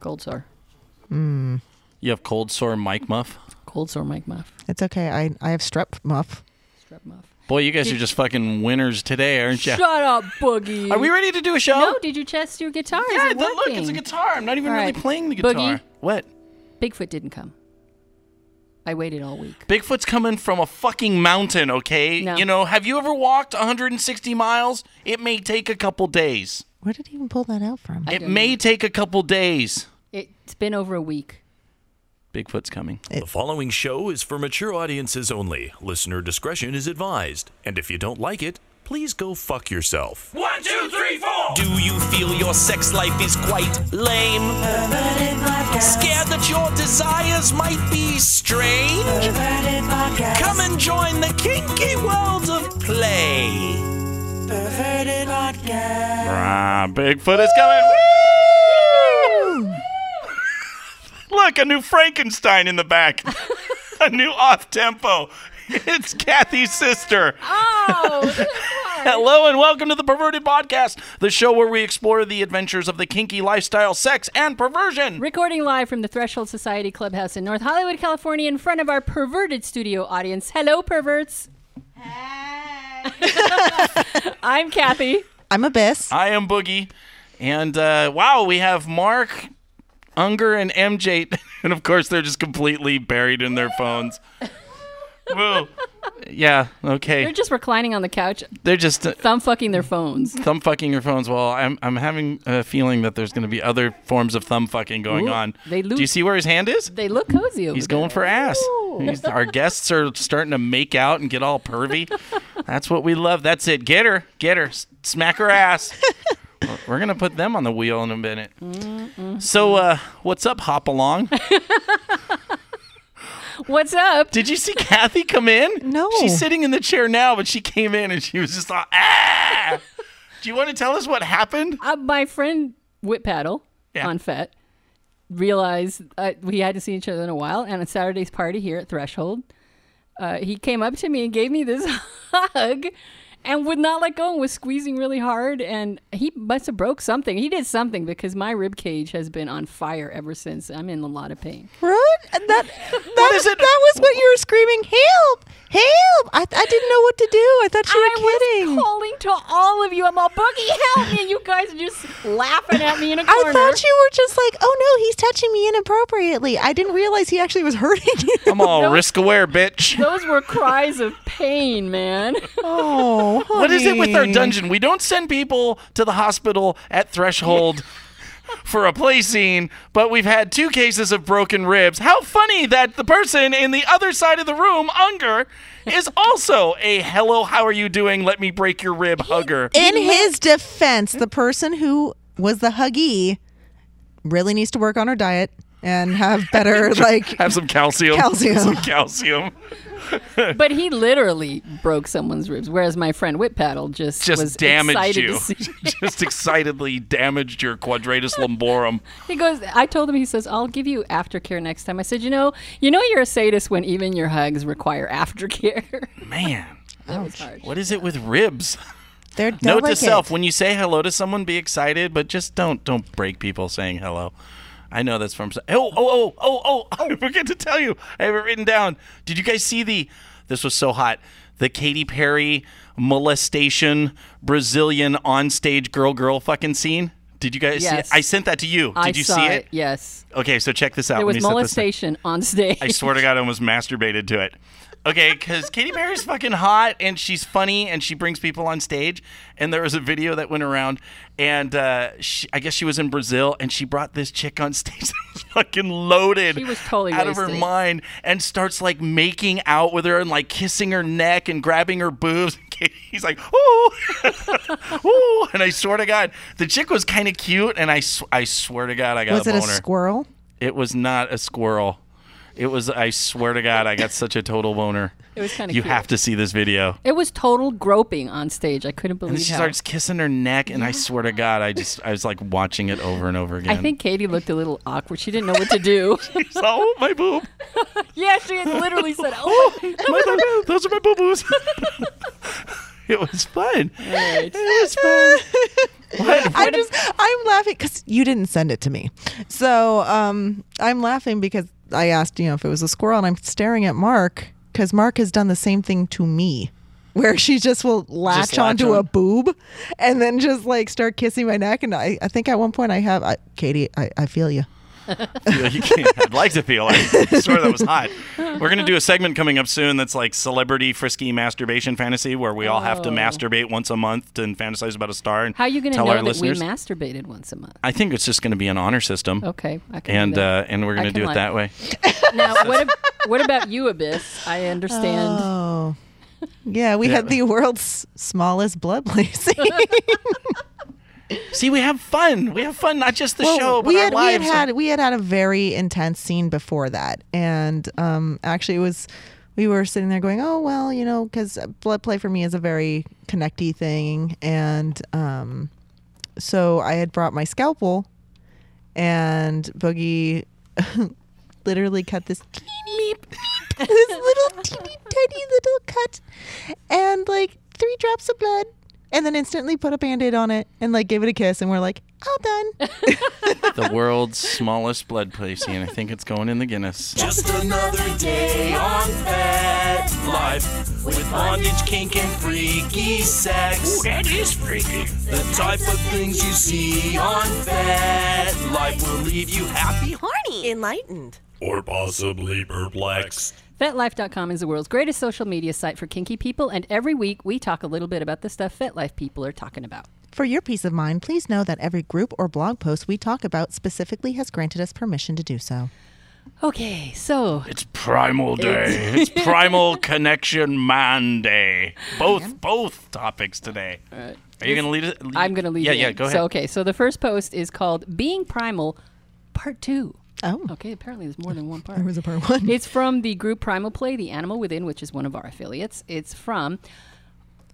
Cold sore. You have cold sore Mike Muff? Cold sore Mike Muff. It's okay. I I have strep muff. Strep Muff. Boy, you guys are just fucking winners today, aren't you? Shut up, Boogie. Are we ready to do a show? No, did you test your guitar? Is yeah, it but look, it's a working? guitar. I'm not even All really right. playing the guitar. Boogie? What? Bigfoot didn't come. I waited all week. Bigfoot's coming from a fucking mountain, okay? No. You know, have you ever walked 160 miles? It may take a couple days. Where did he even pull that out from? I It don't may take a couple days. It's been over a week. Bigfoot's coming. The following show is for mature audiences only. Listener discretion is advised. And if you don't like it, please go fuck yourself. One, two, three, four. Do you feel your sex life is quite lame? Scared that your desires might be strange? Come and join the kinky world of play. Ah, Bigfoot is coming. Woo! Look, a new Frankenstein in the back. a new off tempo. It's Kathy's sister. Oh, Hello and welcome to the Perverted Podcast, the show where we explore the adventures of the kinky lifestyle, sex, and perversion. Recording live from the Threshold Society Clubhouse in North Hollywood, California, in front of our perverted studio audience. Hello, perverts. Hey. I'm Kathy. I'm Abyss. I am Boogie, and uh, wow, we have Mark Unger and MJ, and of course they're just completely buried in their phones. Woo. Yeah. Okay. They're just reclining on the couch, They're just uh, thumb fucking their phones. thumb fucking your phones. Well, I'm I'm having a feeling that there's going to be other forms of thumb fucking going Ooh, on. they Do you lose- see where his hand is? They look cozy. Over He's there. going for ass. He's, our guests are starting to make out and get all pervy. That's what we love. That's it. Get her. Get her. S- Smack her ass. We're- We're going to put them on the wheel in a minute. So, uh, what's up, Hop Along? What's up? Did you see Kathy come in? No. She's sitting in the chair now, but she came in and she was just like, ah! Do you want to tell us what happened? uh, my friend Whip Paddle Yeah. on FET realized uh, we hadn't seen each other in a while, and at Saturday's party here at Threshold, uh, he came up to me and gave me this hug, and would not let go and was squeezing really hard, and he must have broke something. He did something because my rib cage has been on fire ever since. I'm in a lot of pain. Right? And that that, is it? that was what you were screaming. Help! Help! I, I didn't know what to do. I thought you were I kidding. was calling to all of you. I'm all boogie, help me! And you guys are just laughing at me in a corner. I thought you were just like, oh no, he's touching me inappropriately. I didn't realize he actually was hurting you. I'm all risk aware, bitch. Those were cries of pain, man. Oh, What is it with our honey. dungeon? We don't send people to the hospital at threshold for a play scene, but we've had two cases of broken ribs. How funny that the person in the other side of the room, Unger, is also a hello, how are you doing? Let me break your rib hugger. In his defense, the person who was the huggy really needs to work on her diet and have better like Have some calcium. Calcium. Some calcium. But he literally broke someone's ribs, whereas my friend Whip Paddle just Just was damaged excited you. To see. Just excitedly damaged your quadratus lumborum. He goes. I told him. He says, "I'll give you aftercare next time." I said, "You know, you know, you're a sadist when even your hugs require aftercare." Man, that was hard. what is it with ribs? they're Note delicate. to self: when you say hello to someone, be excited, but just don't don't break people saying hello. I know that's from. Oh oh oh oh oh! I forget to tell you. I have it written down. Did you guys see the? This was so hot. The Katy Perry molestation Brazilian onstage girl girl fucking scene. Did you guys Yes. see? It? I sent that to you. Did I you saw see it? Yes, Okay, so check this out. there was Let me set this up. molestation on stage. I swear to God, I almost masturbated to it. Okay, because Katy Perry's fucking hot and she's funny and she brings people on stage. And there was a video that went around, and uh, she, I guess she was in Brazil and she brought this chick on stage that was fucking loaded She was totally out of her wasted. mind and starts like making out with her and like kissing her neck and grabbing her boobs. He's like, ooh, ooh. And I swear to God, the chick was kind of cute. And I, sw- I swear to God, I got was a it boner. a squirrel? It was not a squirrel. It was. I swear to God, I got such a total boner. It was kinda You cute. have to see this video. It was total groping on stage. I couldn't believe And she how- starts kissing her neck, and I swear to God, I just I was like watching it over and over again. I think Katie looked a little awkward. She didn't know what to do. It's like, oh my boob, yeah, she had literally said, "Oh, my- my, those are my boo boos. It was fun. Alright. I just I'm laughing because you didn't send it to me, so um, I'm laughing because I asked you know if it was a squirrel, and I'm staring at Mark because Mark has done the same thing to me, where she just will latch, latch onto a on. boob, and then just like start kissing my neck, and I, I think at one point I have I, Katie, I, I feel you. Yeah, you can't. I'd like to feel. I swear that was hot. We're gonna do a segment coming up soon that's like celebrity frisky masturbation fantasy, where we all have to Oh. masturbate once a month and fantasize about a star. And How are you going to tell know our that listeners? we masturbated once a month? I think it's just gonna be an honor system. Okay, I can do And that. uh, and we're I gonna can do it like- that way. now, what, ab- what about you, Abyss? I understand. Oh, yeah, we had the world's smallest blood placing. See, we have fun. We have fun, not just the Well, show, but we our had, lives. We had had we had had a very intense scene before that, and um, actually it was we were sitting there going, oh well, you know, because blood play for me is a very connecty thing, and um, so I had brought my scalpel, and Boogie literally cut this teeny this little teeny tiny little cut, and like three drops of blood. And then instantly put a band-aid on it and like gave it a kiss and we're like, all done. the world's smallest blood placing. I think it's going in the Guinness. Just another day on Fat Life with bondage, kink, and freaky sex. that is freaky. The type of things you see on Fat Life will leave you happy. Horny. Enlightened. Or possibly perplexed. FetLife.com is the world's greatest social media site for kinky people, and every week we talk a little bit about the stuff FetLife people are talking about. For your peace of mind, please know that every group or blog post we talk about specifically has granted us permission to do so. Okay, so It's Primal Day. It's Primal Connection Man Day. Both both topics today. Are you going to lead it? lead- I'm going to leave. Yeah, it yeah, in. go ahead. So, okay, so the first post is called "Being Primal, Part 2. Oh, Okay, apparently there's more than one part. a part one. It's from the group Primal Play, The Animal Within, which is one of our affiliates. It's from,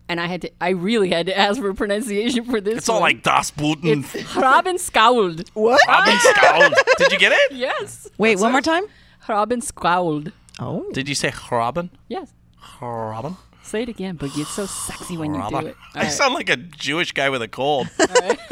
and I had to, I really had to ask for pronunciation for this. It's all one. like Das Booten. Hrabenskauld. What? Ah! Rabenskaul. Did you get it? Yes. Wait, one more time. Hrabenskauld. Oh, Did you say Hraben? Yes. Hraben? Say it again, Boogie. It's so sexy when you do Hraben. it. All I right. sound like a Jewish guy with a cold.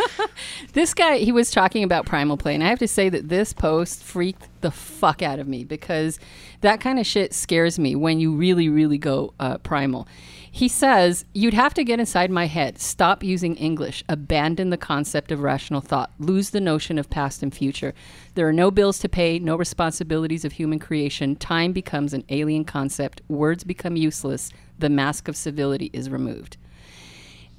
This guy, he was talking about Primal Play, and I have to say that this post freaked the fuck out of me because that kind of shit scares me when you really, really go uh, primal. He says, You'd have to get inside my head, stop using English, abandon the concept of rational thought, lose the notion of past and future. There are no bills to pay, no responsibilities of human creation. Time becomes an alien concept, words become useless, the mask of civility is removed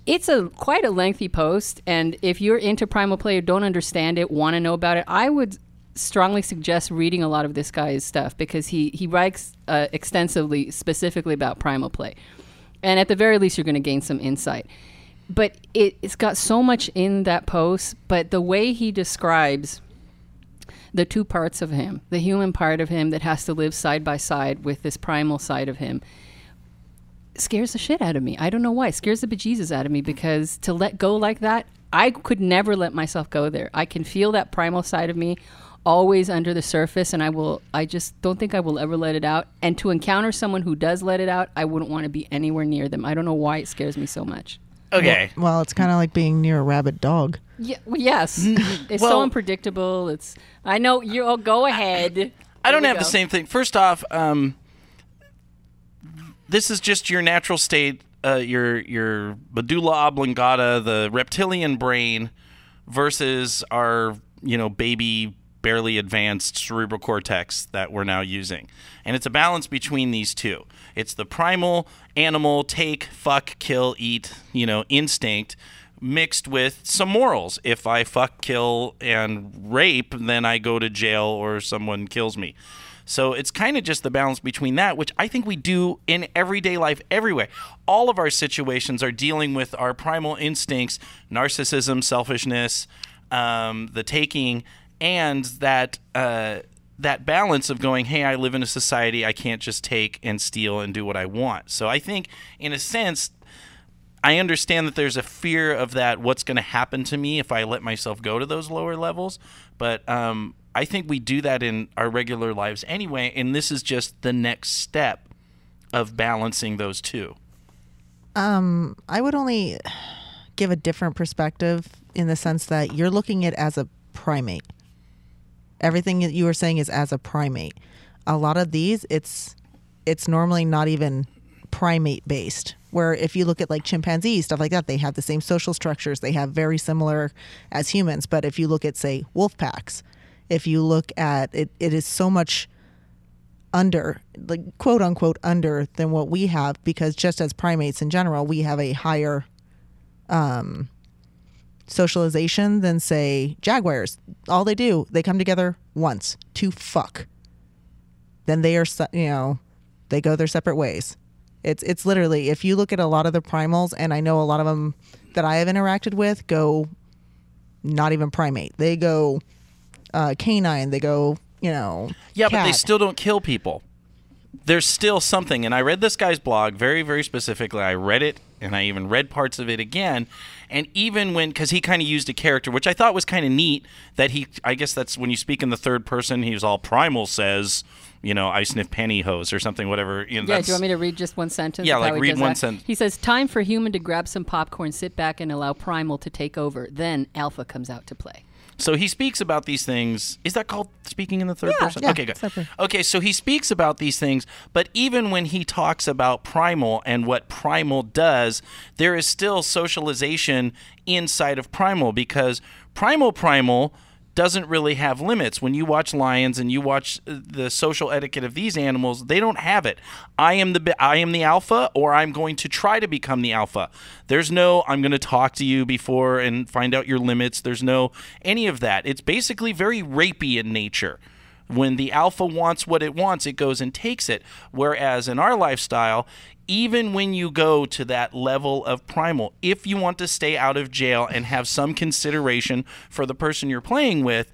it's a quite a lengthy post and if you're into primal play or don't understand it want to know about it i would strongly suggest reading a lot of this guy's stuff because he he writes uh, extensively specifically about primal play and at the very least you're going to gain some insight but it, it's got so much in that post but the way he describes the two parts of him the human part of him that has to live side by side with this primal side of him scares the shit out of me. I don't know why. It scares the bejesus out of me because to let go like that, I could never let myself go there. I can feel that primal side of me always under the surface and I will I just don't think I will ever let it out. And to encounter someone who does let it out, I wouldn't want to be anywhere near them. I don't know why it scares me so much. Okay. well, it's kind of like being near a rabid dog. Yeah, well, yes. it's so Well- unpredictable. It's I know you will go ahead. I Here don't we have the go. same thing. First off, um, this is just your natural state, uh, your your medulla oblongata, the reptilian brain, versus our you know baby, barely advanced cerebral cortex that we're now using, and it's a balance between these two. It's the primal animal take, fuck, kill, eat, you know, instinct mixed with some morals. If I fuck, kill, and rape, then I go to jail or someone kills me. So it's kind of just the balance between that, which I think we do in everyday life everywhere. All of our situations are dealing with our primal instincts, narcissism, selfishness, um, the taking, and that. Uh, that balance of going, hey, I live in a society, I can't just take and steal and do what I want. So I think, in a sense, I understand that there's a fear of that what's going to happen to me if I let myself go to those lower levels, but um, I think we do that in our regular lives anyway, and this is just the next step of balancing those two. um, I would only give a different perspective in the sense that you're looking at it as a primate. Everything that you were saying is as a primate. A lot of these, it's it's normally not even primate based. Where if you look at like chimpanzees, stuff like that, they have the same social structures. They have very similar as humans. But if you look at say wolf packs, if you look at it, it is so much under, like quote unquote under than what we have because just as primates in general, we have a higher um, socialization than say jaguars. All they do, they come together once to fuck. Then they are, se- you know, they go their separate ways. It's it's literally if you look at a lot of the primals, and I know a lot of them that I have interacted with go not even primate. They go uh, canine. They go, you know, Yeah, but they cat. still don't kill people. There's still something. And I read this guy's blog very, very specifically. I read it and I even read parts of it again. And even when, because he kind of used a character, which I thought was kind of neat, that he, I guess that's when you speak in the third person, he was all primal says, you know, I sniff pantyhose or something, whatever. You know, Yeah, that's, do you want me to read just one sentence? Yeah, of like, how he read does one that? sentence. He says, "Time for human to grab some popcorn, sit back, and allow primal to take over. Then alpha comes out to play." So he speaks about these things. Is that called speaking in the third person? yeah, okay, good. separate. Okay, so he speaks about these things, but even when he talks about primal and what primal does, there is still socialization inside of primal because primal primal doesn't really have limits. When you watch lions and you watch uh, the social etiquette of these animals, they don't have it. I am the bi- I am the alpha or I'm going to try to become the alpha. There's no I'm going to talk to you before and find out your limits. There's no any of that. It's basically very rapey in nature. When the alpha wants what it wants, it goes and takes it. Whereas in our lifestyle, even when you go to that level of primal, if you want to stay out of jail and have some consideration for the person you're playing with,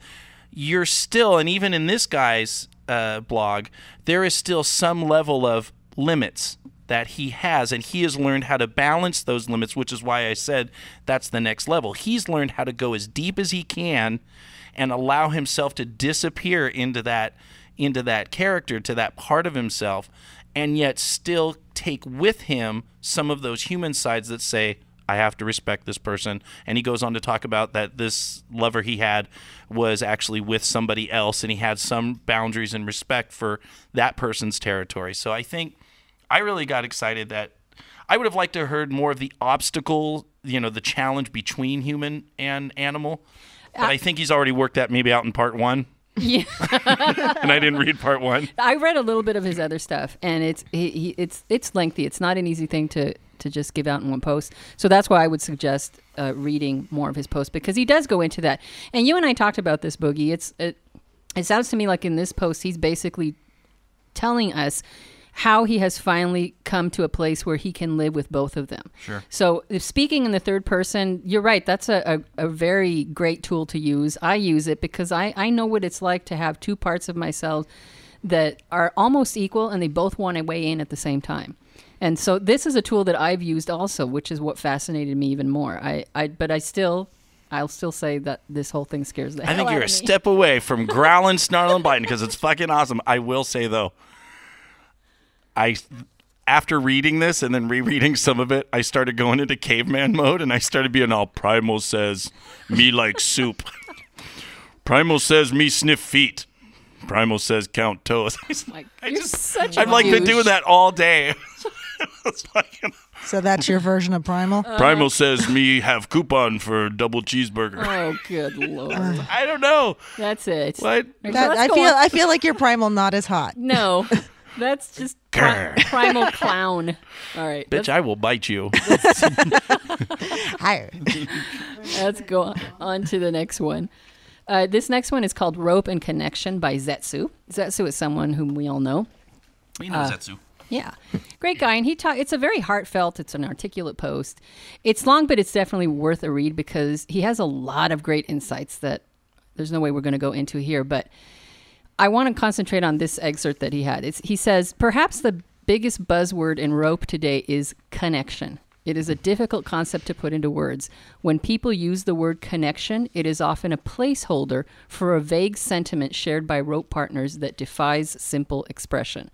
you're still, and even in this guy's uh, blog, there is still some level of limits that he has, and he has learned how to balance those limits, which is why I said that's the next level. He's learned how to go as deep as he can and allow himself to disappear into that into that character, to that part of himself, and yet still take with him some of those human sides that say, I have to respect this person. And he goes on to talk about that this lover he had was actually with somebody else and he had some boundaries and respect for that person's territory. So I think I really got excited that I would have liked to have heard more of the obstacle, you know, the challenge between human and animal. But I think he's already worked that maybe out in part one. Yeah. and I didn't read part one. I read a little bit of his other stuff, and it's he, he, it's it's lengthy. It's not an easy thing to to just give out in one post. So that's why I would suggest uh, reading more of his posts because he does go into that. And you and I talked about this boogie. It's it, it sounds to me like in this post he's basically telling us how he has finally come to a place where he can live with both of them. Sure. So if speaking in the third person, you're right. That's a, a, a very great tool to use. I use it because I, I know what it's like to have two parts of myself that are almost equal and they both want to weigh in at the same time. And so this is a tool that I've used also, which is what fascinated me even more. I, I but I still I'll still say that this whole thing scares the I hell think out you're a of me. step away from growling, snarling, biting because it's fucking awesome. I will say though, I after reading this and then rereading some of it, I started going into caveman mode and I started being all primal says me like soup. primal says me sniff feet. Primal says count toes. Like, I you're just- such a I've like been douche. doing that all day. It's fucking- So that's your version of primal. Primal says me have coupon for double cheeseburger. Oh, good lord. I don't know. That's it. What? Okay, That- let's I go feel on. I feel like your primal not as hot. no. That's just pri- primal clown. All right. Bitch, I will bite you. Higher. Let's, let's go on to the next one. Uh, this next one is called Rope and Connection by Zetsu. Zetsu is someone whom we all know. Uh, You know Zetsu. Yeah. Great guy. And he taught, it's a very heartfelt, it's an articulate post. It's long, but it's definitely worth a read because he has a lot of great insights that there's no way we're going to go into here. But I want to concentrate on this excerpt that he had. It's, he says, perhaps the biggest buzzword in rope today is connection. It is a difficult concept to put into words. When people use the word connection, it is often a placeholder for a vague sentiment shared by rope partners that defies simple expression.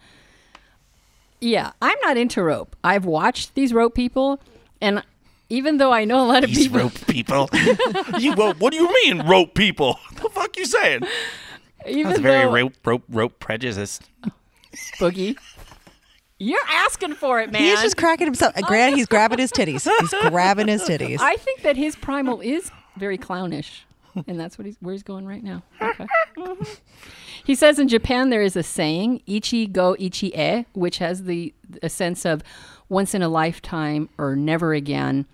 Yeah, I'm not into rope. I've watched these rope people, and even though I know a lot of These people, rope people. you rope, what do you mean rope people? What the fuck you saying? even That's very though rope rope rope prejudiced. boogie, you're asking for it, man. He's just cracking himself. Uh, Granted, he's grabbing his titties. He's grabbing his titties. I think that his primal is very clownish, and that's what he's where he's going right now. Okay. he says in Japan there is a saying "ichi go ichi e," which has the a sense of once in a lifetime or never again.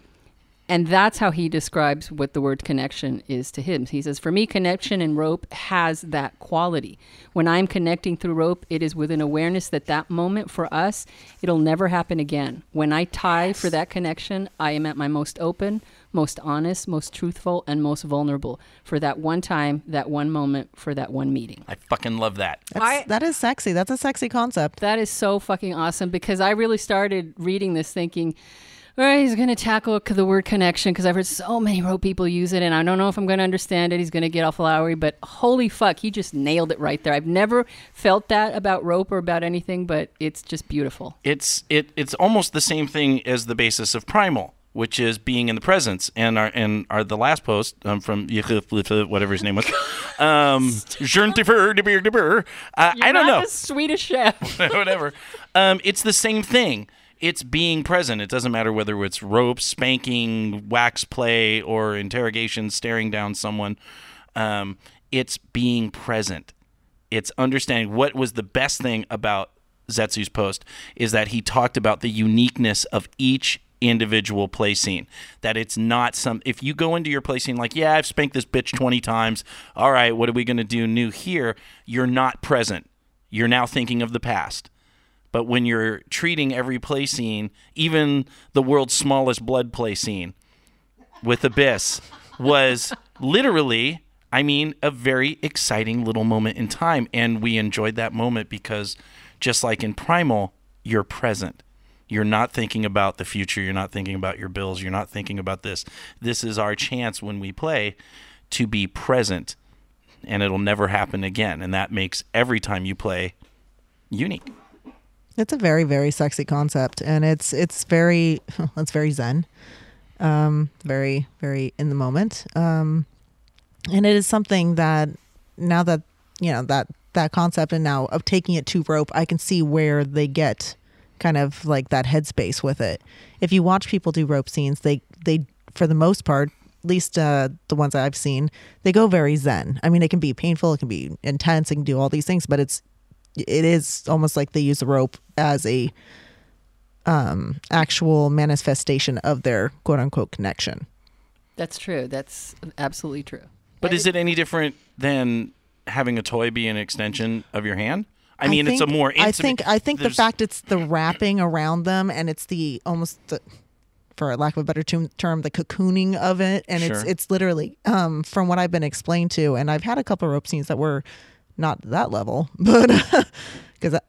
And that's how he describes what the word connection is to him. He says, For me, connection and rope has that quality. When I'm connecting through rope, it is with an awareness that that moment for us, it'll never happen again. When I tie for that connection, I am at my most open, most honest, most truthful, and most vulnerable for that one time, that one moment, for that one meeting. I fucking love that. That's- I- that is sexy. That's a sexy concept. That is so fucking awesome because I really started reading this thinking, all right, he's going to tackle c- the word connection because I've heard so many rope people use it and I don't know if I'm going to understand it. He's going to get all flowery, but holy fuck, he just nailed it right there. I've never felt that about rope or about anything, but it's just beautiful. It's it it's almost the same thing as the basis of primal, which is being in the presence. And our and our the last post um, from whatever his name was, um, Jean Defer, Defer, Defer. Uh, I don't know. Not the Swedish chef. whatever. Um, it's the same thing. It's being present. It doesn't matter whether it's rope, spanking, wax play, or interrogation, staring down someone. Um, it's being present. It's understanding what was the best thing about Zetsu's post is that he talked about the uniqueness of each individual play scene. That it's not some. If you go into your play scene like, yeah, I've spanked this bitch 20 times. All right, what are we going to do new here? You're not present. You're now thinking of the past. But when you're treating every play scene, even the world's smallest blood play scene with Abyss, was literally, I mean, a very exciting little moment in time. And we enjoyed that moment because just like in Primal, you're present. You're not thinking about the future. You're not thinking about your bills. You're not thinking about this. This is our chance when we play to be present, and it'll never happen again. And that makes every time you play unique. It's a very very sexy concept, and it's it's very it's very zen, um, very very in the moment, um, and it is something that now that you know that that concept and now of taking it to rope, I can see where they get kind of like that headspace with it. If you watch people do rope scenes, they they for the most part, at least uh, the ones that I've seen, they go very zen. I mean, it can be painful, it can be intense, it can do all these things, but it's it is almost like they use the rope as a um actual manifestation of their quote unquote connection. That's true. That's absolutely true. But is it any different than having a toy be an extension of your hand? I mean, it's a think- more. Intimate, I think I think the there's- fact it's the wrapping around them and it's the almost the, for lack of a better term, term the cocooning of it and it's Sure. it's literally um from what I've been explained to and I've had a couple rope scenes that were not that level but uh, because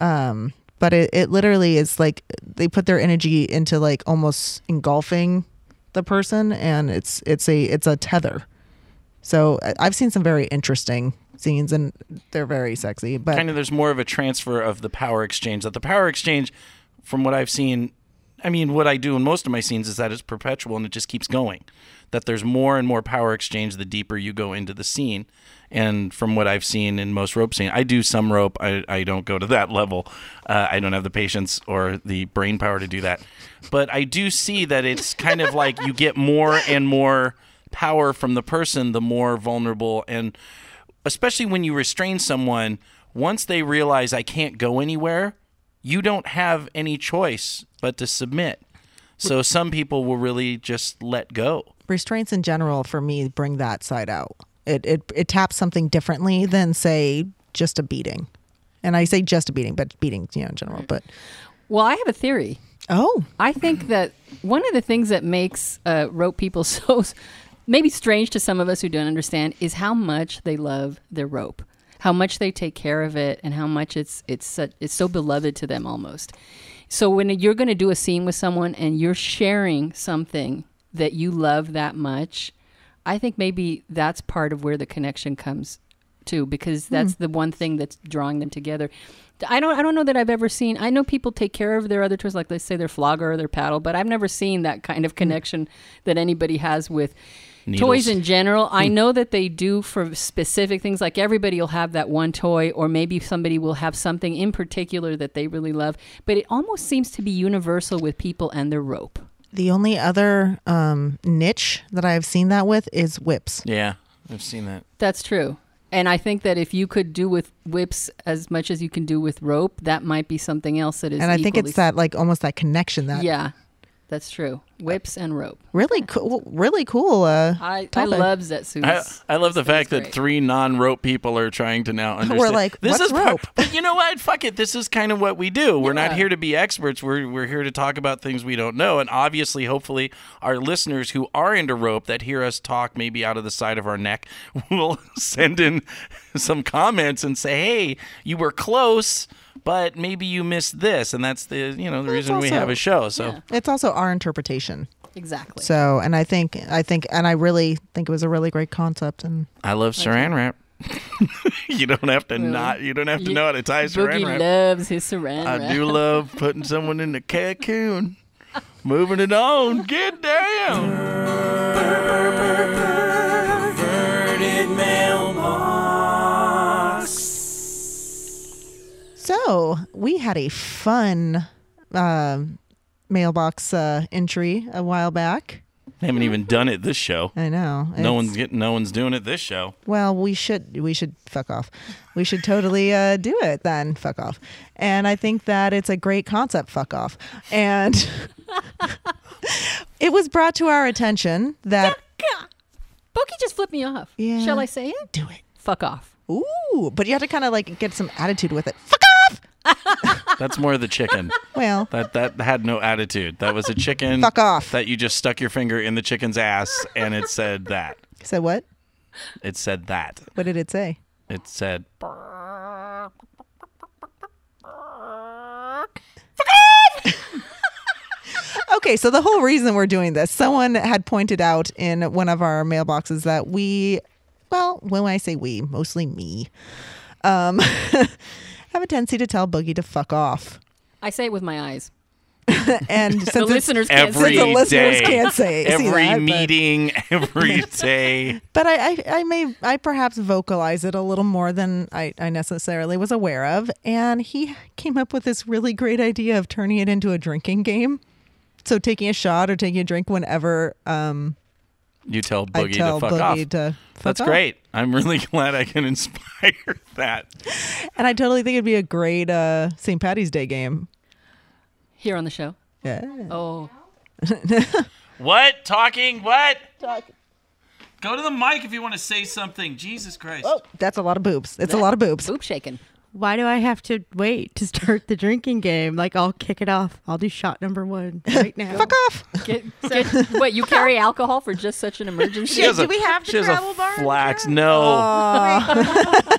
um but it, it literally is like they put their energy into like almost engulfing the person and it's it's a it's a tether so I- I've seen some very interesting scenes and they're very sexy but kind of there's more of a transfer of the power exchange. That the power exchange, from what I've seen, I mean, what I do in most of my scenes is that it's perpetual and it just keeps going. That there's more and more power exchange the deeper you go into the scene. And from what I've seen in most rope scene, I do some rope. I, I don't go to that level. Uh, I don't have the patience or the brain power to do that. But I do see that it's kind of like you get more and more power from the person, the more vulnerable and especially when you restrain someone, once they realize I can't go anywhere, you don't have any choice but to submit. So some people will really just let go. restraints in general for me bring that side out. It it it taps something differently than say just a beating. And I say just a beating, but beating, you know, in general. But Well, I have a theory. oh, I think that one of the things that makes uh, rope people so maybe strange to some of us who don't understand is how much they love their rope, how much they take care of it, and how much it's it's such, it's so beloved to them almost. So when you're going to do a scene with someone and you're sharing something that you love that much, I think maybe that's part of where the connection comes too because that's the one thing that's drawing them together. I don't I don't know that I've ever seen. I know people take care of their other toys like let's say their flogger or their paddle, but I've never seen that kind of connection that anybody has with Needles. toys in general. I know that they do for specific things like everybody will have that one toy or maybe somebody will have something in particular that they really love, but it almost seems to be universal with people and their rope. The only other um, niche that I've seen that with is whips. Yeah, I've seen that. That's true. And I think that if you could do with whips as much as you can do with rope, that might be something else that is. And I think equally- it's that like almost that connection that Yeah, that's true. Whips and rope. really cool, really cool. Uh, I, I topic. love I, Zetsu's. I love the fact that great. three non-rope people are trying to now understand. like, this "What's is part- rope?" but you know what? Fuck it. This is kind of what we do. We're not Yeah. here to be experts. We're we're here to talk about things we don't know. And obviously, hopefully, our listeners who are into rope that hear us talk maybe out of the side of our neck will send in some comments and say, "Hey, you were close." But maybe you missed this, and that's the you know the reason we also- have a show. So It's also our interpretation. Exactly. So, and I think, I think, and I really think it was a really great concept. And I love saran wrap. you don't have to not. You don't have to You- know how to tie saran Boogie wrap. loves his saran I wrap. do love putting someone in the cocoon. Moving it on. Get down. so we had a fun um mailbox uh, entry a while back. haven't even done it this show. I know. No it's- one's getting. No one's doing it this show. Well, we should we should fuck off. We should totally uh, do it then. Fuck off. And I think that it's a great concept. Fuck off. And it was brought to our attention that God. Boogie just flipped me off. Yeah. Shall I say it? do it. Fuck off. Ooh, but you have to kind of like get some attitude with it. Fuck off. That's more the chicken. Well, That that had no attitude. That was a chicken. Fuck off. That you just stuck your finger in the chicken's ass and it said that. so what? It said that. What did it say? It said. Okay, so the whole reason we're doing this, someone had pointed out in one of our mailboxes that we, well, when I say we, mostly me, um, have a tendency to tell Boogie to fuck off. I say it with my eyes. And The since it's- listeners can't every see Since the it. listeners day, can't say- see every that, but- meeting, every day. but I, I, I may, I perhaps vocalize it a little more than I, I necessarily was aware of. And he came up with this really great idea of turning it into a drinking game. So taking a shot or taking a drink whenever um, You tell I Boogie tell to fuck Boogie off. to fuck That's off. great. I'm really glad I can inspire that. And I totally think it'd be a great uh, St. Patty's Day game. Here on the show. Yeah. Oh. What? Talking? What? Go to the mic if you want to say something. Jesus Christ. Oh, that's a lot of boobs. It's a lot of boobs. Boob shaking. Why do I have to wait to start the drinking game? Like, I'll kick it off. I'll do shot number one right now. Fuck off. Get, get, wait, you carry alcohol for just such an emergency? She has Do a- we have the she has a travel bar in the Flax. car? No. well,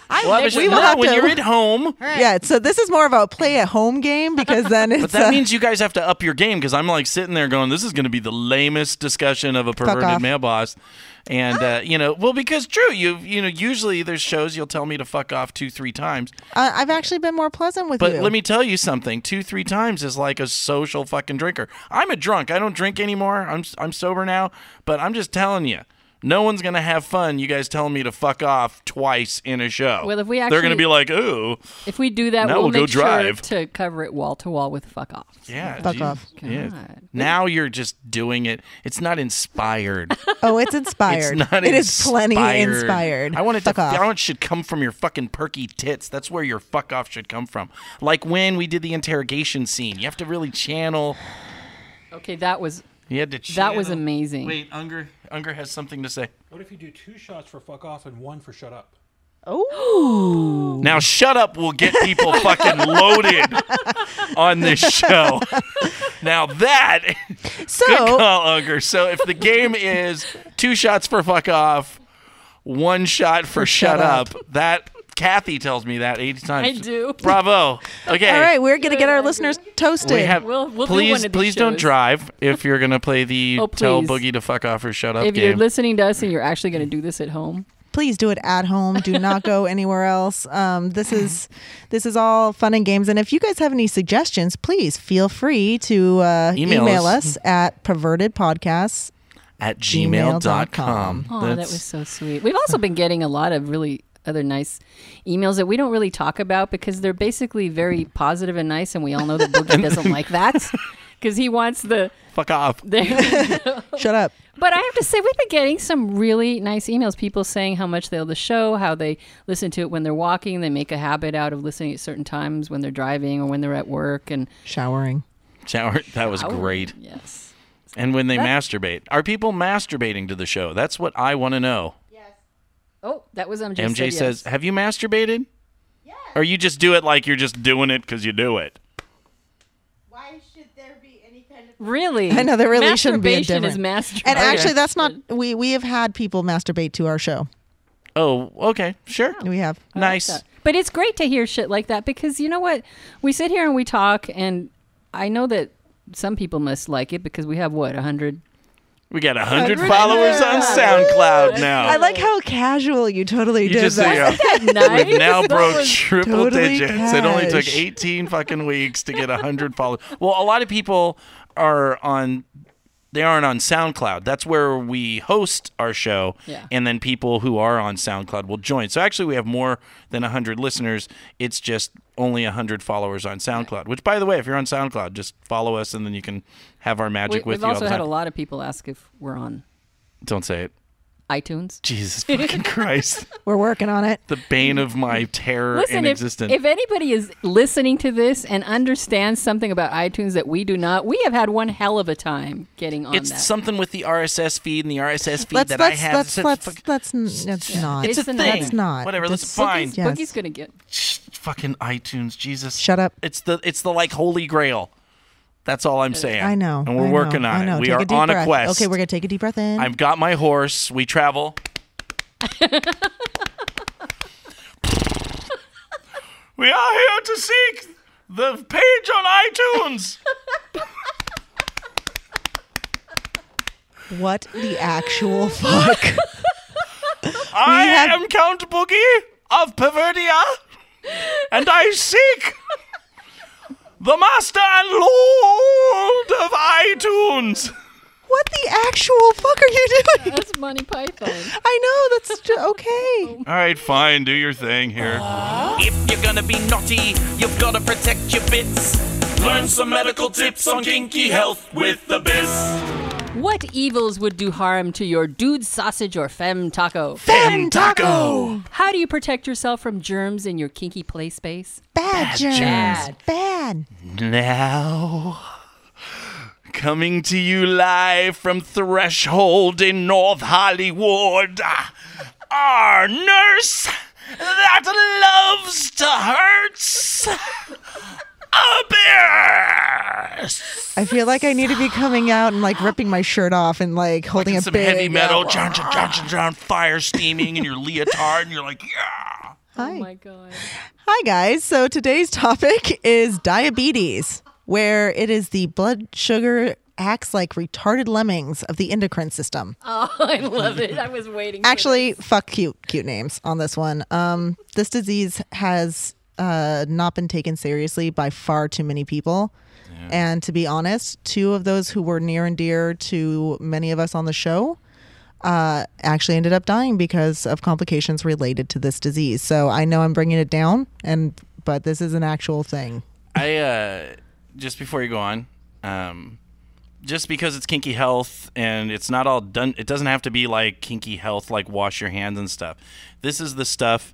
I think we was just- will no, have when to- you're at home. Yeah, so this is more of a play at home game because then it's But that uh, means you guys have to up your game because I'm like sitting there going, this is going to be the lamest discussion of a perverted off. male boss. And, uh, you know, well, because true, you you know, usually there's shows you'll tell me to fuck off two, three times. uh, I've actually been more pleasant with But you. let me tell you something. Two, three times is like a social fucking drinker. I'm a drunk. I don't drink anymore. I'm I'm sober now. But I'm just telling you, no one's gonna have fun. You guys telling me to fuck off twice in a show. Well, if we they're gonna actually- be like, ooh, If we do that, Now we'll, we'll go make sure drive. to cover it wall to wall with fuck off. yeah, Fuck geez. off. Yeah. God. Now you're just doing it. It's not inspired. oh, it's inspired. It's not It inspired. is plenty inspired. I want it Fuck to. off. I want it should come from your fucking perky tits. That's where your fuck off should come from. Like when we did the interrogation scene, you have to really channel. Okay, that was You had to. That was channel- amazing. Wait, Unger. Unger has something to say. What if you do two shots for fuck off and one for shut up? Now shut up. We'll get people fucking loaded on this show. now that so good call, Unger. So if the game is two shots for fuck off, one shot for, shut shut, up, that. Kathy tells me that 80 times. I do. Bravo. Okay. all right, we're gonna get our listeners toasted. We have, We'll- we'll do please, one of these please don't shows. drive if you're gonna play the Oh, tell please. Boogie to fuck off or shut up if you're game. listening to us and you're actually going to do this at home, Please do it at home. Do not go anywhere else. Um, this is this is all fun and games. And if you guys have any suggestions, please feel free to uh, Email email, us. us at pervertedpodcasts at Gmail dot gmail.com. Oh, that was so sweet. We've also been getting a lot of really other nice emails that we don't really talk about because they're basically very positive and nice, and we all know that Boogie doesn't like that because he wants the. Fuck off. the Shut up. but I have to say, we've been getting some really nice emails. People saying how much they love the show, how they listen to it when they're walking, they make a habit out of listening at certain times when they're driving or when they're at work, and Showering. Shower. That was great. Oh, Yes. And when they masturbate, are people masturbating to the show? That's what I want to know. Oh, that was MJ. MJ said says, yes. "Have you masturbated? Yeah. Or you just do it like you're just doing it because you do it? Why should there be any kind of "Really? I know there really shouldn't be a Masturbation difference. is masturbation. Oh, And actually, that's not we we have had people masturbate to our show. Oh, okay, sure, We have. nice. that. But it's great to hear shit like that because you know what? We sit here and we talk, and I know that some people must like it because we have what a hundred. We got a hundred followers on SoundCloud now. I Oh. like how casual you totally you did just that. say, uh, Nice. We've now That broke was- triple totally digits. It only took cash. 18 fucking weeks to get 100 followers. Well, a lot of people are on they aren't on SoundCloud. That's where we host our show Yeah. and then people who are on SoundCloud will join. So actually we have more than 100 listeners. It's just only 100 followers on SoundCloud. Which by the way, if you're on SoundCloud, just follow us and then you can have our We, magic with we've you all also the had a time. lot of people ask if we're on Don't say it. iTunes. Jesus fucking Christ. We're working on it. The bane of my terror Listen, in if, existence. if anybody is listening to this and understands something about iTunes that we do not, we have had one hell of a time getting on it's that. something with the RSS feed and the RSS feed Let's that I let's have. let's It's a let's fuck- let's, n- let's not. it's, It's a an- thing. Let's not. Whatever. Let's Just- fine. Yes. Boogie's gonna get. Fucking iTunes, Jesus. Shut up. It's the it's the like holy grail. That's all I'm saying. I know. And we're I know, working I on know. it. We Take are deep on breath. a quest. Okay, we're gonna take a deep breath in. I've got my horse. We travel. we are here to seek the page on iTunes. what the actual fuck? I have- am Count Boogie of Perverdia, and I seek the master and lord of iTunes. what the actual fuck are you doing? That's Monty Python. I know that's ju- okay. All right, fine, do your thing here. If you're gonna be naughty, you've gotta protect your bits. Learn some medical tips on kinky health with the biz. What evils would do harm to your dude sausage or femme taco? Fem taco. How do you protect yourself from germs in your kinky play space? Bad germs. Bad. Now, coming to you live from Threshold in North Hollywood, our nurse that loves to hurt. A bear. I feel like I need to be coming out and like ripping my shirt off and like holding and a some big uh, heavy metal, John, John, John, John, John, fire steaming in your leotard, and you're like, yeah. Oh my god. Hi, guys. So today's topic is diabetes, where it is the blood sugar acts like retarded lemmings of the endocrine system. Oh, I love it. I was waiting. for Actually, fuck cute, cute names on this one. Um, this disease has uh, not been taken seriously by far too many people. And to be honest, two of those who were near and dear to many of us on the show uh, actually ended up dying because of complications related to this disease. So I know I'm bringing it down, and but this is an actual thing. I uh, just before you go on, um, just because it's kinky health and it's not all done, it doesn't have to be like kinky health, like wash your hands and stuff. This is the stuff.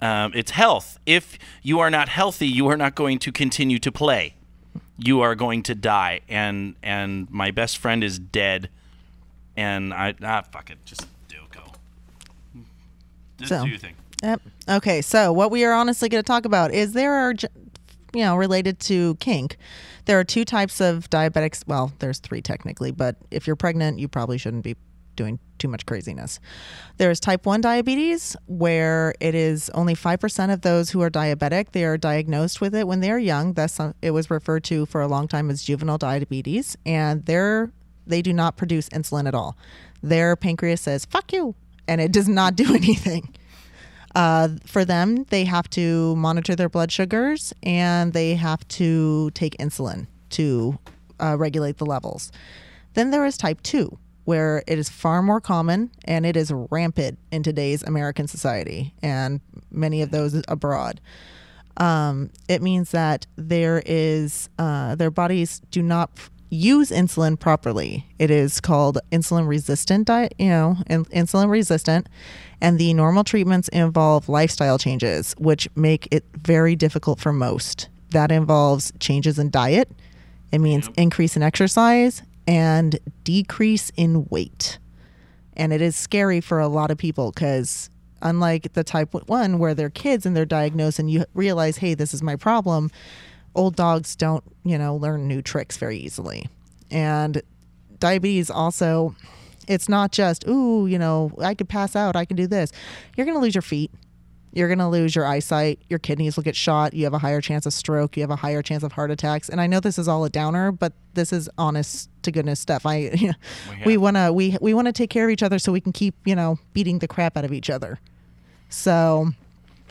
Um, it's health. If you are not healthy, you are not going to continue to play. You are going to die. And and my best friend is dead. And I ah fuck it, just do go. Just So. do your thing. Yep. Okay. So what we are honestly going to talk about is there are, j- you know, related to kink, there are two types of diabetics. Well, there's three technically, but if you're pregnant, you probably shouldn't be doing too much craziness. There's type 1 diabetes where it is only 5% of those who are diabetic, they are diagnosed with it when they are young. That's some- it was referred to for a long time as juvenile diabetes and they're they do not produce insulin at all. Their pancreas says fuck you and it does not do anything. Uh, for them, they have to monitor their blood sugars and they have to take insulin to uh, regulate the levels. Then there is type 2, where it is far more common and it is rampant in today's American society and many of those abroad. Um, it means that there is uh, their bodies do not f- use insulin properly. It is called insulin resistant diet, you know, in- insulin resistant, and the normal treatments involve lifestyle changes, which make it very difficult for most. That involves changes in diet. It means increase in exercise and decrease in weight and it is scary for a lot of people because unlike the type 1 where they're kids and they're diagnosed and you realize hey this is my problem old dogs don't you know learn new tricks very easily and diabetes also it's not just ooh you know i could pass out i can do this you're going to lose your feet you're going to lose your eyesight your kidneys will get shot you have a higher chance of stroke you have a higher chance of heart attacks and i know this is all a downer but this is honest to goodness stuff i we want to we we want to take care of each other so we can keep you know beating the crap out of each other so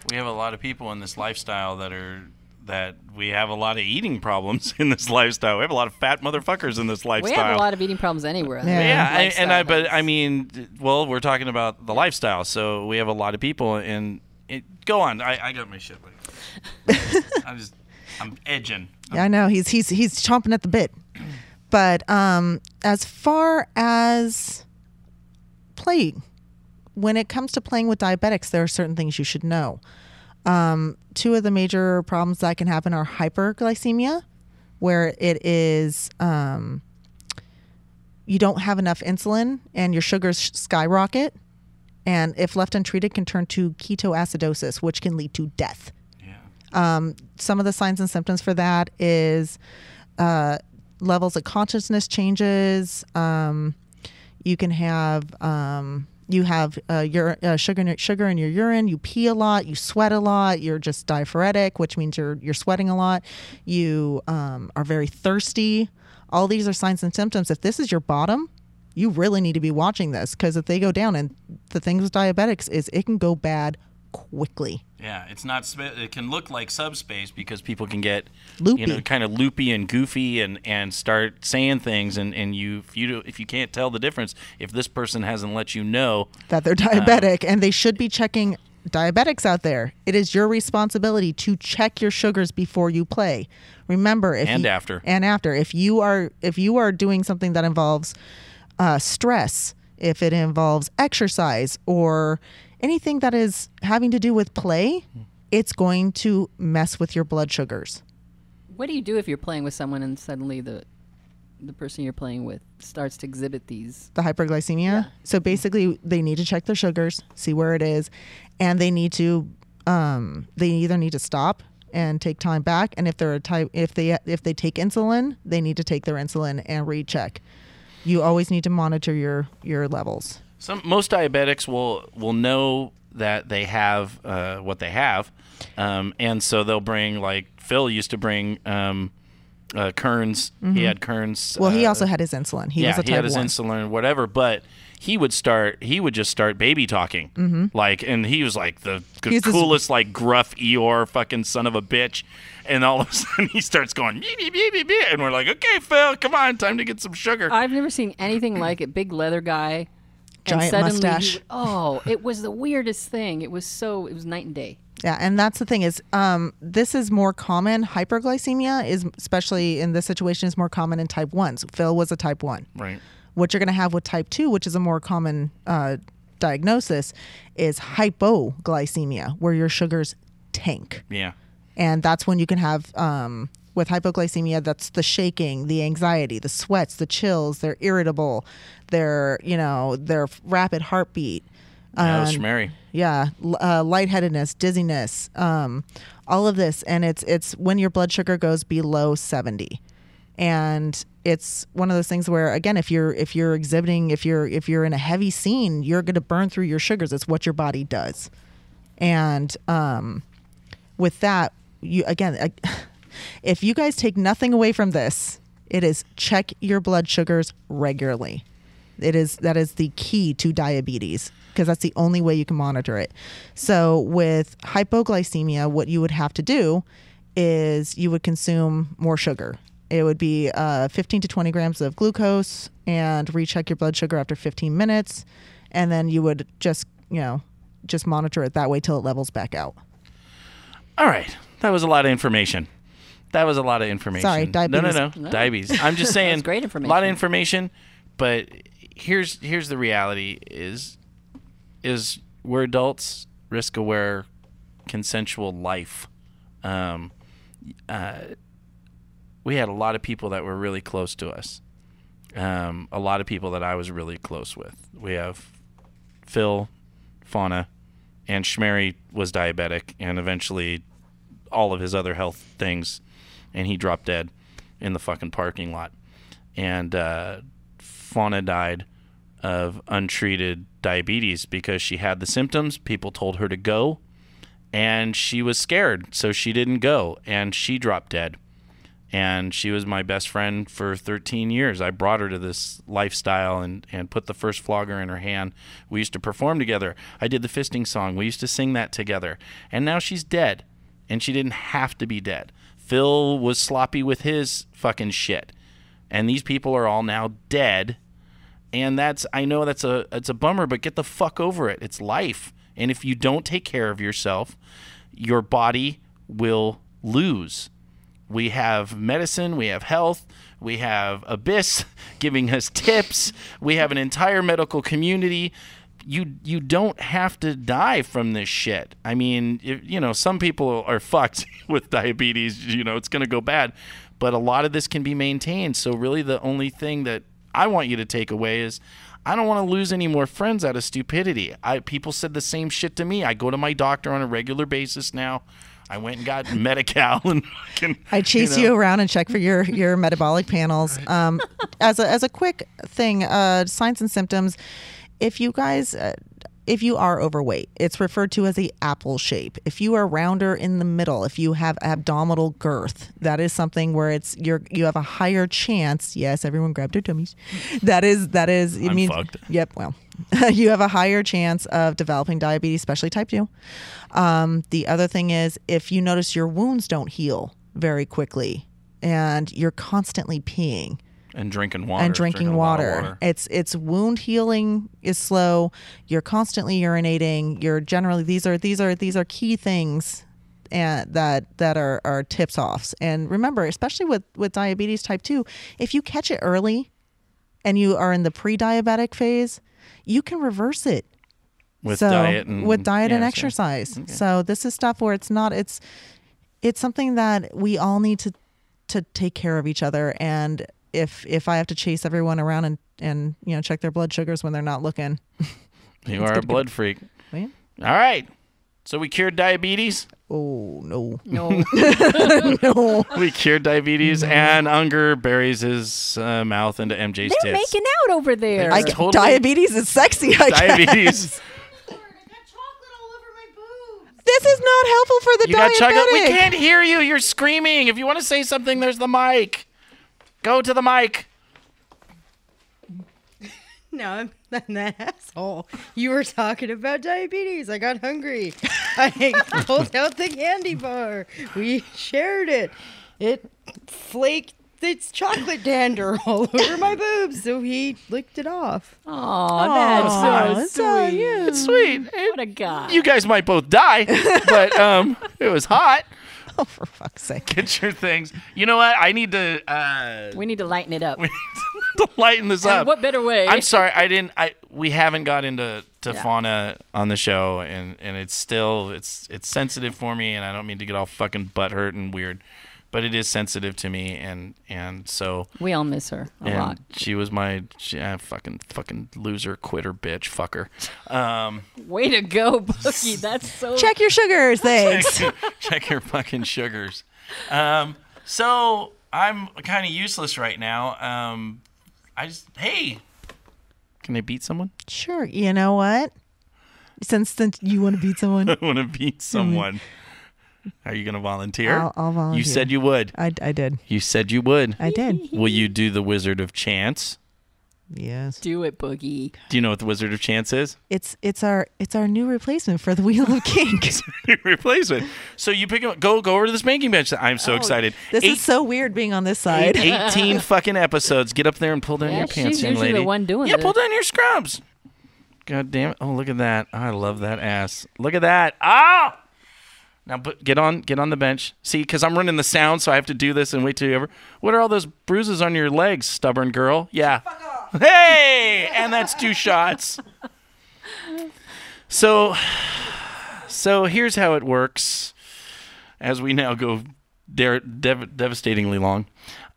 we have a lot of people in this lifestyle that are that we have a lot of eating problems in this lifestyle. We have a lot of fat motherfuckers in this We lifestyle. have a lot of eating problems anywhere. other Yeah. than yeah, I, lifestyle and I but things. I mean, d- well, we're talking about the lifestyle, so we have a lot of people. And it, go on, I, I got my shit. Like, I'm just, I'm edging. Yeah, I know he's he's he's chomping at the bit. But um, as far as playing, when it comes to playing with diabetics, there are certain things you should know. Um, two of the major problems that can happen are hyperglycemia, where it is um, you don't have enough insulin and your sugars sh- skyrocket, and if left untreated, can turn to ketoacidosis, which can lead to death some of the signs and symptoms for that is uh, levels of consciousness changes. Um, you can have um, you have uh, your uh, sugar in your, sugar in your urine. You pee a lot. You sweat a lot. You're just diaphoretic, which means you're you're sweating a lot. You um, are very thirsty. All these are signs and symptoms. If this is your bottom, you really need to be watching this because if they go down, and the thing with diabetics is it can go bad quickly. Yeah, it's not. spa- It can look like subspace because people can get Loopy. you know, kind of loopy and goofy, and and start saying things, and and you if you do- if you can't tell the difference, if this person hasn't let you know, that they're diabetic and they should be checking diabetics out there. It is your responsibility to check your sugars before you play. Remember if And you- after. and after if you are if you are doing something that involves uh, stress, if it involves exercise or anything that is having to do with play, it's going to mess with your blood sugars. What do you do if you're playing with someone and suddenly the the person you're playing with starts to exhibit these? the hyperglycemia. So basically, they need to check their sugars, see where it is, and they need to um, they either need to stop and take time back, and if they're a type if they if they take insulin, they need to take their insulin and recheck. You always need to monitor your your levels. Some most diabetics will will know that they have uh, what they have, um, and so they'll bring like Phil used to bring um, uh, Kerns. He had Kerns. Mm-hmm. Well, he uh, also had his insulin. He yeah, was a type he had his one. insulin, whatever. But he would start. He would just start baby talking, like, and he was like the He's c- Mm-hmm. this- coolest, like gruff Eeyore, fucking son of a bitch. And all of a sudden, he starts going, "Meep, meep, meep, meep, meep," and we're like, "Okay, Phil, come on, time to get some sugar." I've never seen anything like it. Big leather guy, and Giant suddenly he mustache. would- oh, it was the weirdest thing. It was so it was night and day. Yeah, and that's the thing is, um, this is more common. Hyperglycemia is especially in this situation is more common in type ones. Phil was a type one. right. what you're going to have with type 2 which is a more common uh, diagnosis is hypoglycemia where your sugars tank Yeah. and that's when you can have um, with hypoglycemia that's the shaking the anxiety the sweats the chills they're irritable they're you know their rapid heartbeat Um, That was Mary. yeah l- uh, lightheadedness dizziness um, all of this and it's it's when your blood sugar goes below 70 and it's one of those things where again if you're if you're exhibiting if you're if you're in a heavy scene you're going to burn through your sugars it's what your body does and um, with that you again I, if you guys take nothing away from this it is check your blood sugars regularly it is that is the key to diabetes because that's the only way you can monitor it. So with hypoglycemia, what you would have to do is you would consume more sugar. It would be uh, 15 to 20 grams of glucose and recheck your blood sugar after 15 minutes. And then you would just, you know, just monitor it that way till it levels back out. All right. That was a lot of information. That was a lot of information. Sorry, No, diabetes. no, no. Diabetes. I'm just saying was great A information. lot of information, but here's here's the reality is is we're adults, risk aware, consensual life. Um uh we had a lot of people that were really close to us. Um, a lot of people that I was really close with. We have Phil, Fauna, and Shmeri was diabetic and eventually all of his other health things, and he dropped dead in the fucking parking lot. And uh, Fauna died of untreated diabetes because she had the symptoms. People told her to go, and she was scared, so she didn't go, and she dropped dead. And she was my best friend for 13 years. I brought her to this lifestyle and, and put the first flogger in her hand. We used to perform together. I did the fisting song. We used to sing that together. And now she's dead and she didn't have to be dead. Phil was sloppy with his fucking shit. And these people are all now dead. And that's I know that's a it's a bummer, but get the fuck over it. It's life. And if you don't take care of yourself, your body will lose. We have medicine, we have health, we have Abyss giving us tips, we have an entire medical community. You you don't have to die from this shit. I mean, if, you know, some people are fucked with diabetes, you know, it's going to go bad, but a lot of this can be maintained. So really the only thing that I want you to take away is I don't want to lose any more friends out of stupidity. I people said the same shit to me. I go to my doctor on a regular basis now. I went and got Medi-Cal and fucking, I chase you, know. around and check for your your metabolic panels. Um, as a as a quick thing, uh, signs and symptoms. If you guys. Uh, if you are overweight, it's referred to as a apple shape. If you are rounder in the middle, if you have abdominal girth, that is something where it's you're you have a higher chance. Yes, everyone grabbed their tummies. That is that is it I'm means fucked. Yep. Well, you have a higher chance of developing diabetes, especially type 2. Um, the other thing is if you notice your wounds don't heal very quickly and you're constantly peeing and drinking water and drinking, a lot of water. It's it's wound healing is slow. You're constantly urinating. You're generally these are these are these are key things and that that are, are tips offs. And remember, especially with with diabetes type two, if you catch it early and you are in the pre diabetic phase, you can reverse it with so, diet and with diet yeah, and so- exercise. So this is stuff where it's not it's it's something that we all need to to take care of each other and if if I have to chase everyone around and and you know check their blood sugars when they're not looking. You are a blood freak. Well, All right. So we cured diabetes. Oh no. No. No. We cured diabetes, and Unger buries his uh, mouth into MJ's They're tits. making out over there. I, Totally. Diabetes is sexy. I Guess. diabetes. I got chocolate all over my boobs. This is not helpful for the you got diabetic. chocolate. We can't hear you. You're screaming. If you want to say something, there's the mic. Go to the mic. No, I'm not that asshole. You were talking about diabetes. I got hungry. I pulled out the candy bar. We shared it. It flaked its chocolate dander all over my boobs, so he licked it off. Aw, that's so so sweet. It's sweet. What a guy. You guys might both die, but um, it was hot. Oh, for fuck's sake. Get your things. You know what? I need to uh, we need to lighten it up. to lighten this And up. what better way? I'm sorry, I didn't. I we haven't got into to fauna on the show, and and it's still it's it's sensitive for me, and I don't mean to get all fucking butthurt and weird, but it is sensitive to me, and and so we all miss her a and lot. she was my she, ah, fucking fucking loser, quitter, bitch, fucker. Um, Way to go, Bookie. That's so. Check your sugars, thanks. check your fucking sugars. Um, so I'm kind of useless right now. Um, I just hey, can I beat someone? sure. You know what? Since since you want to beat someone, want to beat someone. Are you going to volunteer? Mm-hmm. I'll- I'll You volunteer. said you would. I, I did. You said you would. I did. Will you do the Wizard of Chance? Yes. Do it, Boogie. Do you know what the Wizard of Chance is? It's it's our it's our new replacement for the Wheel of Kink. Replacement. So you pick him. Go go over to this making bench. I'm so excited. Oh, This Eight- is so weird being on this eight- side. 18 fucking episodes. Get up there and pull down Yeah, your pants, she's young usually lady. the one doing yeah, pull this. down your scrubs. God damn it! Oh, look at that. I love that ass. Look at that. Ah. Now, but get on, get on the bench. See, because I'm running the sound, so I have to do this and wait till you ever. What are all those bruises on your legs, stubborn girl? Yeah. Hey, and that's two shots. So, so here's how it works. As we now go de- dev- devastatingly long,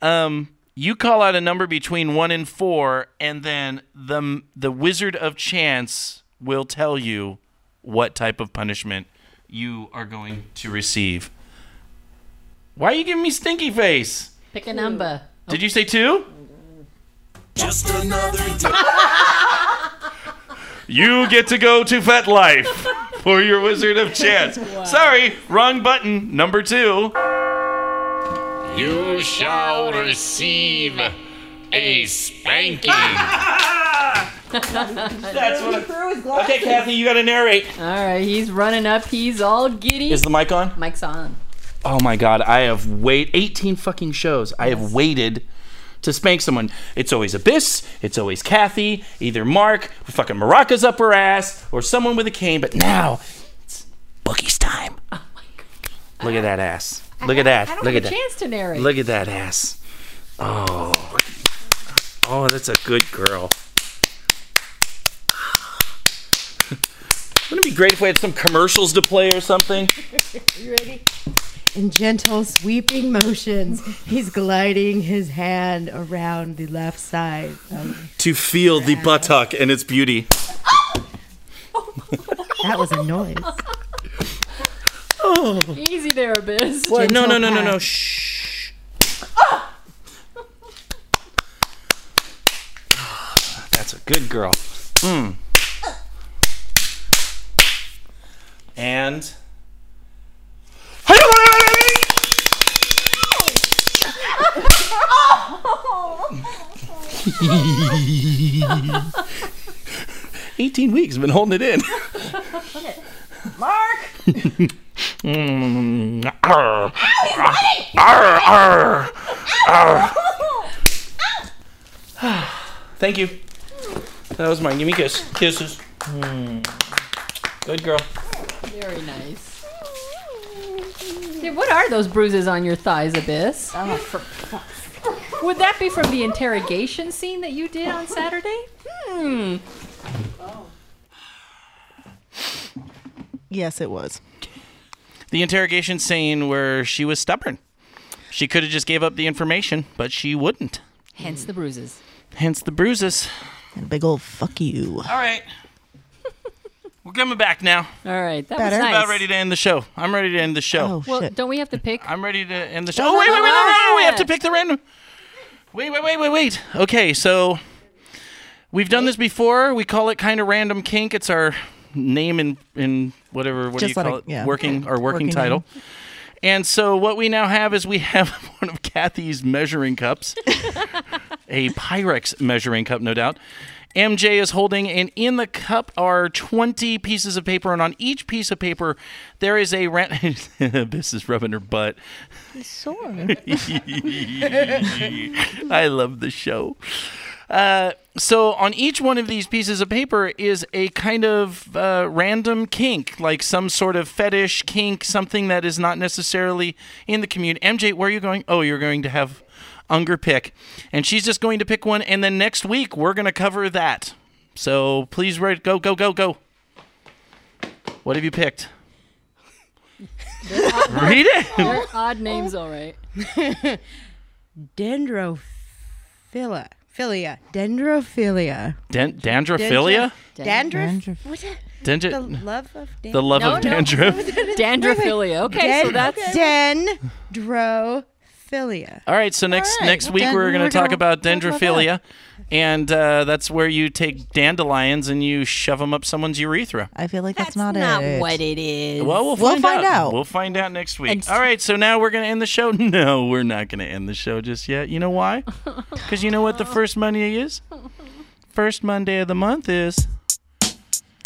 um, you call out a number between one and four, and then the the Wizard of Chance will tell you what type of punishment you are going to receive. Why are you giving me stinky face? Pick a number. Did you say two? Just another day. You get to go to FetLife for your Wizard of Chance. Sorry, wrong button. Number two. You shall receive a spanking. That's what. Okay, Kathy, you got to narrate. All right, he's running up. He's all giddy. Is the mic on? Mike's on. Oh my god, I have wait 18 fucking shows. I have waited to spank someone. It's always Abyss, it's always Kathy, either Mark, fucking Maracas up her ass, or someone with a cane, but now it's Bookie's time. Look at that ass. Look at that. I don't Look at have a that. chance to narrate. Look at that ass. Oh. Oh, that's a good girl. Wouldn't it be great if we had some commercials to play or something? You ready? In gentle sweeping motions, he's gliding his hand around the left side. Of, To feel the buttock and its beauty. that was a noise. Easy there, Abyss. What? No, no, Gentle no, no, no. pat. Shh. Ah, That's a good girl. Mm. And. Eighteen weeks, been holding it in. Arr. Arr, arr, arr. Thank you. That was mine. Give me kiss. Kisses. Mm. Good girl. Very nice. Dude, what are those bruises on your thighs, Abyss? Would that be from the interrogation scene that you did on Saturday? Hmm. yes, it was. The interrogation scene where she was stubborn. She could have just gave up the information, but she wouldn't. Hence the bruises. Hence the bruises. And big old fuck you. All right. We're coming back now. All right, that Better. was nice. About ready to end the show. I'm ready to end the show. Oh well, shit. don't we have to pick? I'm ready to end the show. Oh, wait, wait, wait, no, no, no, we have to pick the random. Wait, wait, wait, wait, wait. Okay, so we've done this before. We call it kind of random kink. It's our name in in whatever Just what do you let call it- it? yeah. Working or working, Working title. And so what we now have is we have one of Kathy's measuring cups, a Pyrex measuring cup, no doubt. MJ is holding, and in the cup are 20 pieces of paper, and on each piece of paper, there is a ran This is rubbing her butt. I love the show. Uh, so on each one of these pieces of paper is a kind of uh, random kink, like some sort of fetish kink, something that is not necessarily in the commune. MJ, where are you going? Oh, you're going to have Unger pick, and she's just going to pick one, and then next week we're going to cover that. So please write, go, go, go, go. What have you picked? Read it. They're odd names, all right. Dendrophilia. Philia. Dendrophilia. Dan- dandrophilia. Dandruff. Dandruff. What's it? Dandru- The love of dandruff. The love No, of no. dandruff. Dandrophilia. Okay, so that's dendrophilia. All right, so next right. next week Then we're going we're to talk gonna about talk about that. dendrophilia, and uh, that's where you take dandelions and you shove them up someone's urethra. I feel like that's, not, it. what it is. Well, we'll We'll find, find out. We'll find out next week. And- All right, so now we're going to end the show. No, we're not going to end the show just yet. You know why? Because you know what the first Monday is? First Monday of the month is.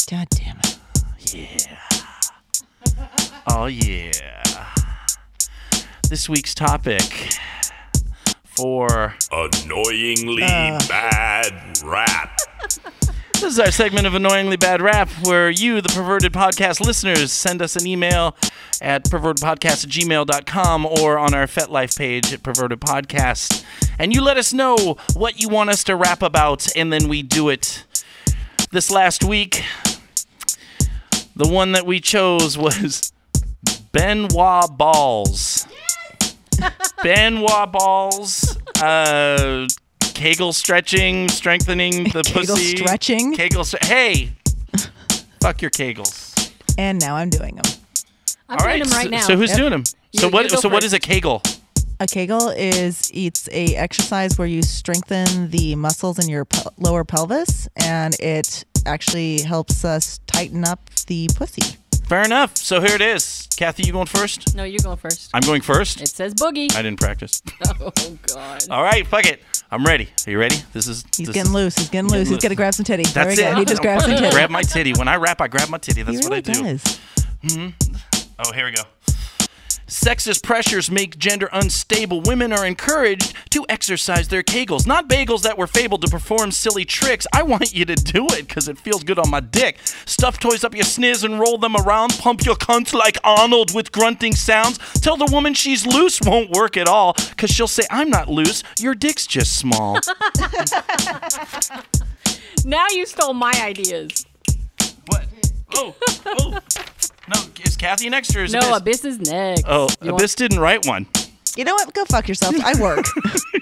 God damn it. Oh, yeah. This week's topic for. Annoyingly bad rap. This is our segment of Annoyingly Bad Rap, where you, the perverted podcast listeners, send us an email at pervertedpodcast@gmail.com or on our FetLife page at Perverted Podcast. And you let us know what you want us to rap about, and then we do it. This last week, the one that we chose was Benoit Balls. Benoit Balls. Uh, Kegel stretching, strengthening the Kegel pussy. stretching? Kegel. Stre- hey, fuck your Kegels. And now I'm doing them. I'm All doing right. them right so, now. so who's doing them? So You- what? you go So what first. is a Kegel? A Kegel is it's a exercise where you strengthen the muscles in your pel- lower pelvis, and it actually helps us tighten up the pussy. Fair enough. So here it is. Kathy, you going first? No, you go first. I'm going first. It says boogie. I didn't practice. oh God. All right, fuck it. I'm ready. Are you ready? This is. He's this getting loose. He's getting loose. He's loose. gonna grab some titty. there we That's go. it. He just grabbed some titty. grab my titty. When I rap, I grab my titty. That's he what I really do. does. Oh, here we go. Sexist pressures make gender unstable. Women are encouraged to exercise their kegels, not bagels that were fabled to perform silly tricks. I want you to do it because it feels good on my dick. Stuff toys up your sniz and roll them around. Pump your cunt like Arnold with grunting sounds. Tell the woman she's loose won't work at all because she'll say, I'm not loose, your dick's just small. Now you stole my ideas. what? Oh, oh. No, is Kathy next or is No, Abyss? Abyss is next. Oh, You want- Abyss didn't write one. You know what? Go fuck yourself. I work.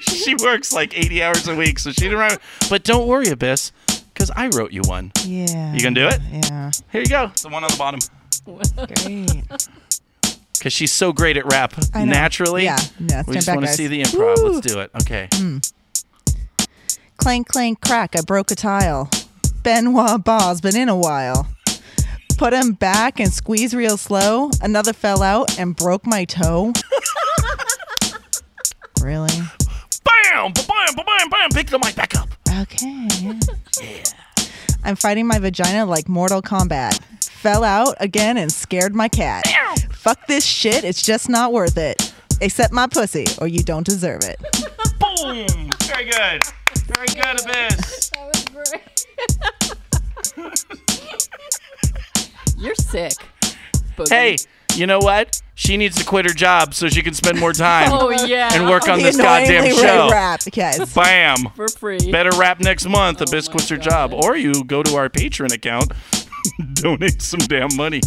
she works like 80 hours a week, so she didn't write. But don't worry, Abyss, because I wrote you one. yeah. You gonna do it? Yeah. Here you go. It's the one on the bottom. Great. Because she's so great at rap I know. naturally. Yeah. Yeah, stand we just back, want to guys. Mm. see the improv. Woo. Let's do it. Okay. Clank, clank, crack. I broke a tile. Benoit Ball's been in a while. Put him back and squeeze real slow. Another fell out and broke my toe. really? Bam! Bam! Bam! Bam! Pick the mic back up. Okay. Yeah. I'm fighting my vagina like Mortal Kombat. Fell out again and scared my cat. Fuck this shit. It's just not worth it. Except my pussy, or you don't deserve it. Boom! Very good. Very good, Abyss. That was great. You're sick. Boogie. Hey, you know what? She needs to quit her job so she can spend more time Oh yeah. and work on The this goddamn annoyingly right show. Rap, guys. Bam! for free. better rap next month. Abyss my quits her God. job, or you go to our Patreon account, donate some damn money.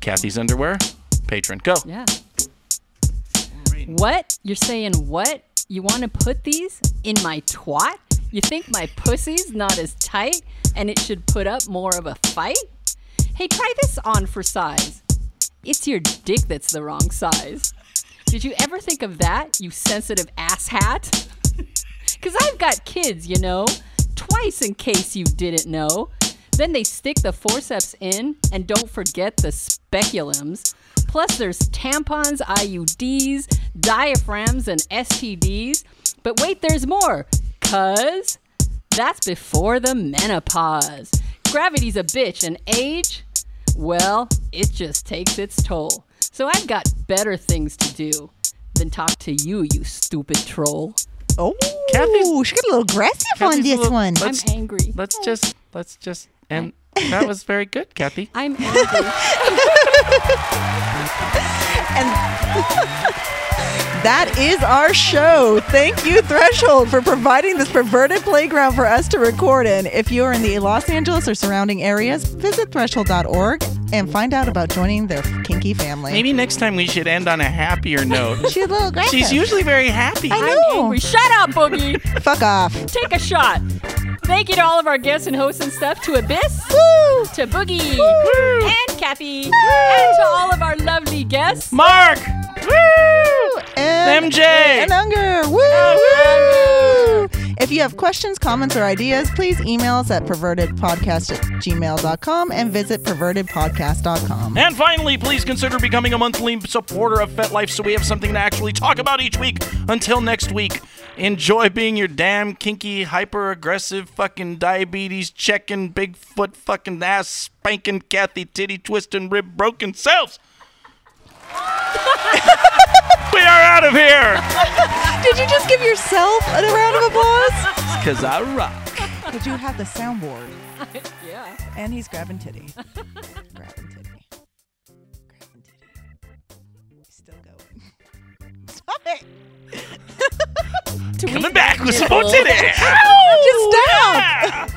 Kathy's underwear, patron. Go. Yeah. What? You're saying what? You want to put these in my twat? You think my pussy's not as tight and it should put up more of a fight? Hey, try this on for size. It's your dick that's the wrong size. Did you ever think of that, you sensitive asshat? Because I've got kids, you know. Twice in case you didn't know. Then they stick the forceps in, and don't forget the speculums. Plus, there's tampons, IUDs, diaphragms, and STDs. But wait, there's more, because that's before the menopause. Gravity's a bitch, and age? Well, it just takes its toll. So I've got better things to do than talk to you, you stupid troll. Oh, Kathy's- she got a little aggressive on Kathy's a this little- one. I'm Let's, angry. let's just let's just and that was very good, Kathy. I'm angry. That is our show. Thank you, Threshold, for providing this perverted playground for us to record in. If you are in the Los Angeles or surrounding areas, visit threshold.org and find out about joining their kinky family. Maybe next time we should end on a happier note. she's a little aggressive. She's usually very happy. I I'm know. angry. Shut up, Boogie. Fuck off. Take a shot. Thank you to all of our guests and hosts and stuff, to Abyss, to Boogie, and Kathy, and to all of our lovely guests. Mark. Woo! And- MJ. And hunger. Oh, Woo! If you have questions, comments, or ideas, please email us at pervertedpodcast at gmail.com and visit pervertedpodcast.com. And finally, please consider becoming a monthly supporter of FetLife so we have something to actually talk about each week. Until next week, Enjoy being your damn kinky, hyper aggressive, fucking diabetes checking, Bigfoot fucking ass spanking, Kathy titty twisting, rib broken selves. we are out of here Did you just give yourself a round of applause? because I rock. But you have the soundboard, yeah. and he's grabbing titty. grabbing titty. Grabbing titty. He's still going. Stop it. Coming back with some more Nipple. titty. Just stop. Yeah.